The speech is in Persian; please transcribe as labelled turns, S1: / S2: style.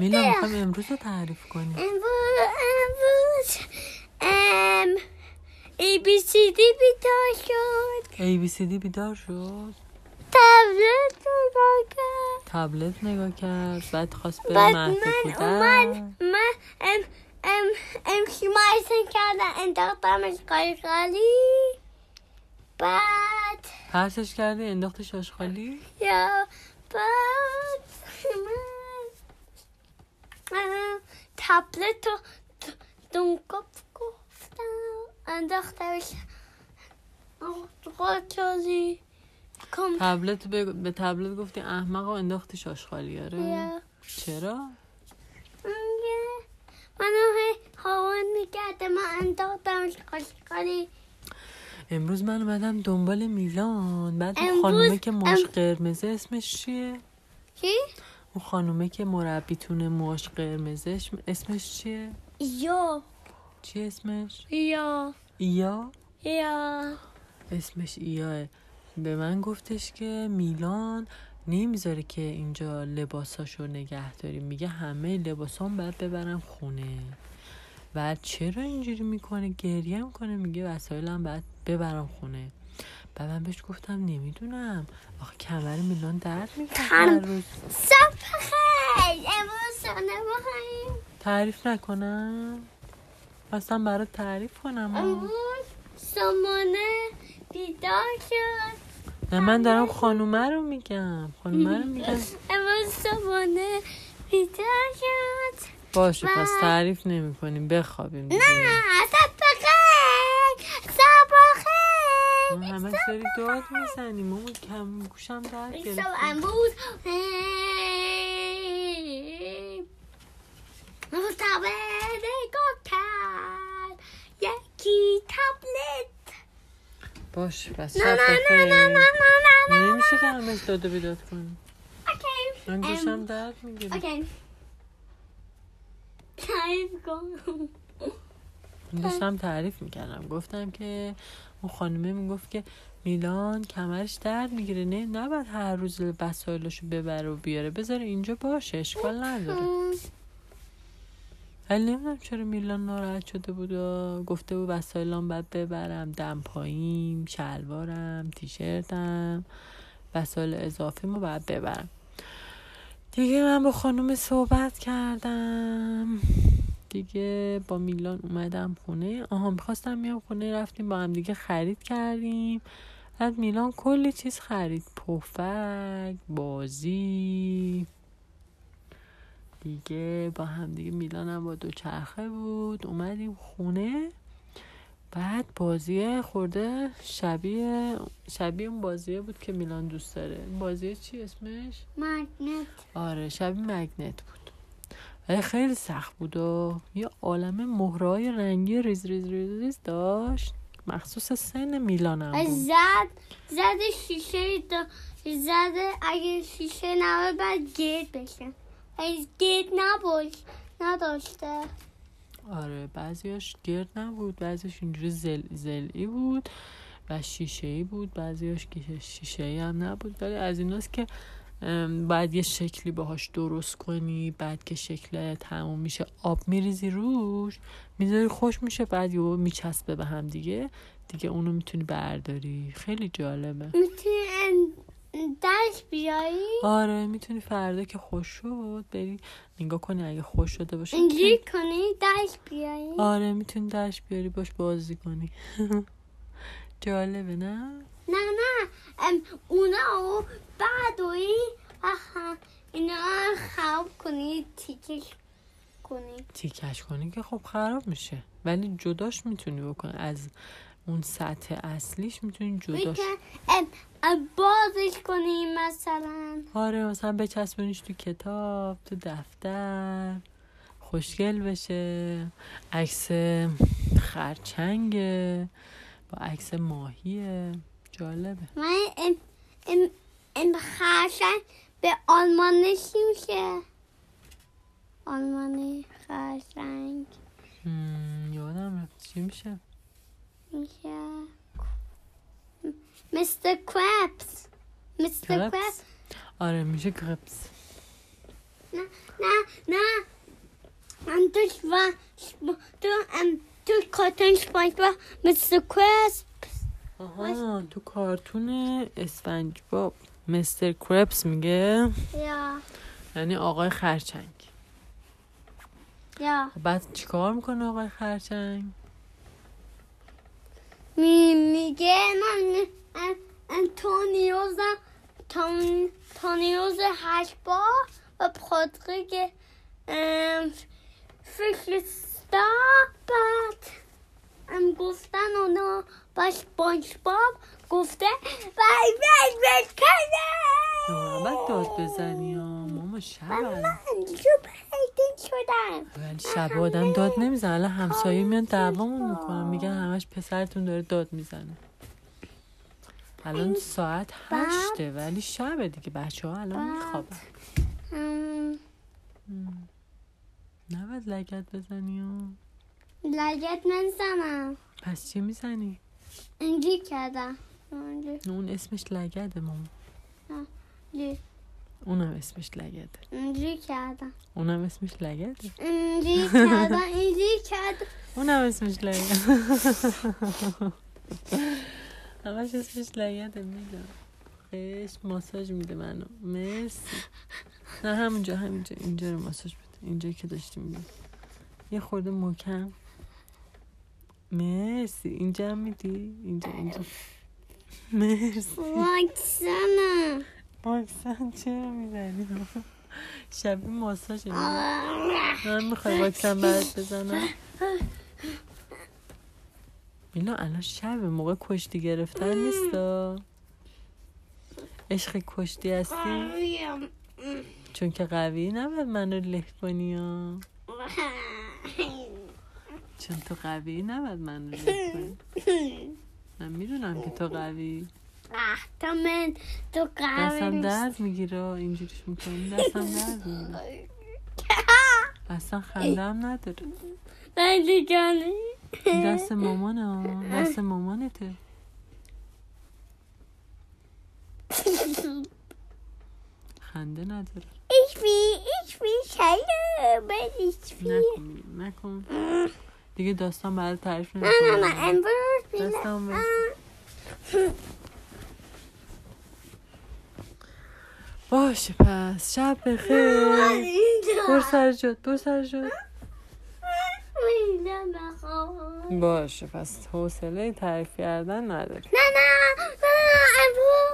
S1: میلا میخوام امروز رو تعریف کنی
S2: امروز امروز ام ای بی سی دی بیدار شد
S1: ای بی سی دی بیدار شد
S2: تبلت رو را کرد
S1: تبلت نگاه کرد بعد خواست بره
S2: بعد
S1: مهد
S2: من
S1: کودک
S2: اومد من ام ام ام شیمارسن کردم انداختمش قایقالی بعد
S1: پرسش کردی انداختش آشخالی
S2: یا بعد من ام، تبلت رو دنگف گفتم انداختمش قایقالی کم
S1: تبلت به, به تبلت گفتی احمق و انداختش آشخالی آره
S2: یا
S1: چرا
S2: میگه منو هی هاون میکرده من انداختمش قاشقالی
S1: امروز من اومدم دنبال میلان بعد اون
S2: امروز-
S1: خانومه که موش
S2: ام-
S1: قرمزه اسمش چیه
S2: چی؟
S1: اون خانومه که مربیتون موش قرمزش اسمش چیه
S2: یا
S1: چی اسمش
S2: یا
S1: ایا
S2: یا
S1: اسمش ایاه به من گفتش که میلان نمیذاره که اینجا لباساشو نگه داریم میگه همه لباسام باید ببرم خونه و چرا اینجوری میکنه گریه کنه میگه وسایلم باید ببرم خونه و من بهش گفتم نمیدونم آخه کمر میلان درد
S2: تن-
S1: میکنه
S2: صبح خیلی امروز سانه بخواییم
S1: تعریف نکنم اصلا برات تعریف کنم آه.
S2: امروز سامانه بیدار شد
S1: نه من دارم خانومه رو میگم خانومه رو میگم
S2: امروز سامانه بیدار شد
S1: باشه
S2: و-
S1: پس تعریف نمی کنیم بخوابیم دیگه
S2: نه صبح خیلی صبح
S1: ما
S2: خیلی
S1: همش داری داد میزنی مامان کم گوشم درد
S2: So
S1: گرفت
S2: امروز مستبد نگاه کرد یکی تبلت
S1: باشه پس
S2: نه
S1: شب
S2: نه نه نه نه
S1: بخیر
S2: نه نه
S1: نمیشه که همش داد و بیداد کنیم
S2: اوکی
S1: من گوشم
S2: ام،
S1: درد میگیره
S2: اوکی تعریف کن
S1: من داشتم تعریف میکردم گفتم که اون خانومه میگفت که میلان کمرش درد میگیره نه نباید هر روز وسایلشو ببره و بیاره بذاره اینجا باشه اشکال نداره ولی نمیدونم چرا میلان ناراحت شده بود و گفته بود وسایلم باید ببرم دم پاییم شلوارم تیشرتم وسایل اضافی ما باید ببرم دیگه من با خانم صحبت کردم دیگه با میلان اومدم خونه آها میخواستم بیام خونه رفتیم با هم دیگه خرید کردیم بعد میلان کلی چیز خرید پفک بازی دیگه با هم دیگه میلان هم با دوچرخه بود اومدیم خونه بعد بازی خورده شبیه شبیه اون بازیه بود که میلان دوست داره این بازیه چی اسمش
S2: مگنت
S1: آره شبیه مگنت بود ولی خیلی سخت بود و یه عالم مهرهای رنگی ریز ریز ریز ریز داشت مخصوص سن میلانم بود
S2: زد زد شیشه دا زد اگه شیشه نبود باید گرد بشه از گرد نبود نداشته
S1: آره بعضیاش گرد نبود بعضیاش اینجوری زل زلعی بود و شیشه ای بود بعضیاش که شیشه ای هم نبود ولی از ایناست که ام، باید یه شکلی باهاش درست کنی بعد که شکل تموم میشه آب میریزی روش میذاری خوش میشه بعد یهو میچسبه به هم دیگه دیگه اونو میتونی برداری خیلی جالبه
S2: میتونی دست بیایی
S1: آره میتونی فردا که خوش شد بری نگاه کنی اگه خوش شده باشه می‌تونی
S2: اینجوری کنی دست بیایی
S1: آره میتونی دشت بیاری باش بازی کنی جالبه نه؟
S2: نه نه ام، اونا رو بعدوی آها اینا رو خراب کنی تیکش کنی
S1: تیکش کنی که خب خراب میشه ولی جداش میتونی بکنی از اون سطح اصلیش میتونی جداش
S2: میتونی ام، ام، بازش کنی مثلا
S1: آره مثلا بچسبونیش تو کتاب تو دفتر خوشگل بشه عکس خرچنگه با عکس ماهیه جالبه
S2: من ام ام ام خرشن به آلمانی چی میشه آلمانی خرشنگ
S1: مم، یادم رفت چی میشه
S2: میشه مستر کرپس مستر
S1: کرپس؟
S2: کرپس
S1: آره میشه کرپس
S2: نه نه نه من تو شوا تو ام تو کارتون سپانج با مثل کرسپ
S1: آها تو کارتون اسفنج باب مستر کرپس میگه
S2: یا
S1: یعنی آقای خرچنگ
S2: یا
S1: بعد چیکار میکنه آقای خرچنگ
S2: می میگه من ام- انتونیوزم تام- تونیوز هشت با و پادریگ ام، فیشستا بعد ام گفتن اونا با سپانج باب گفته بای بای بای کنه
S1: نامت داد بزنی ها ماما شب
S2: Oh
S1: الان.
S2: من جو پیدین شدم
S1: ولی شب آدم داد نمیزنه الان همسایه میان دعوامون میکنن میگن همش پسرتون داره داد میزنه الان ساعت هشته ولی شبه دیگه بچه ها الان میخوابن
S2: ام،
S1: نباید لگت بزنی ها
S2: لگت من زنم
S1: پس چی میزنی؟
S2: اینجی کردم اینجی
S1: اون اسمش لگده ماما اونم اسمش لگده
S2: اینجی کردم
S1: اونم اسمش لگده
S2: اینجی کردم اینجی کردم
S1: اونم اسمش لگده همش اسمش لگده میدم خیش ماساژ میده منو مرسی نه همونجا همینجا اینجا رو ماساژ بده اینجا که داشتیم میدم یه خورده محکم مرسی اینجا هم میدی اینجا اینجا مرسی
S2: واکسنم
S1: واکسن چرا میزنی شبیه ماساژ من میخوای واکسن برات بزنم میلا الان شب موقع کشتی گرفتن نیست عشق کشتی هستی چون که قوی نباید منو له کنی ها. چون تو قوی نباید منو له کنی من میدونم که تو قوی
S2: آه، تا من تو
S1: دستم
S2: قهوه
S1: درد میگیره اینجوریش میکنی دستم درد میگیره اصلا خنده هم نداره
S2: من دیگه
S1: این دست مامانه ها. دست مامانته خنده نداره
S2: Ich will, ich will keine, wenn ich will.
S1: نکن میگم، نکن دیگه داستان برای تعریف
S2: Mama,
S1: نمیکنم
S2: mein Brot will.
S1: دستم بس. باشه پس شب بخیر برو سر جد برو سر جد باشه پس حوصله تعریف کردن نداری
S2: نه نه نه امروز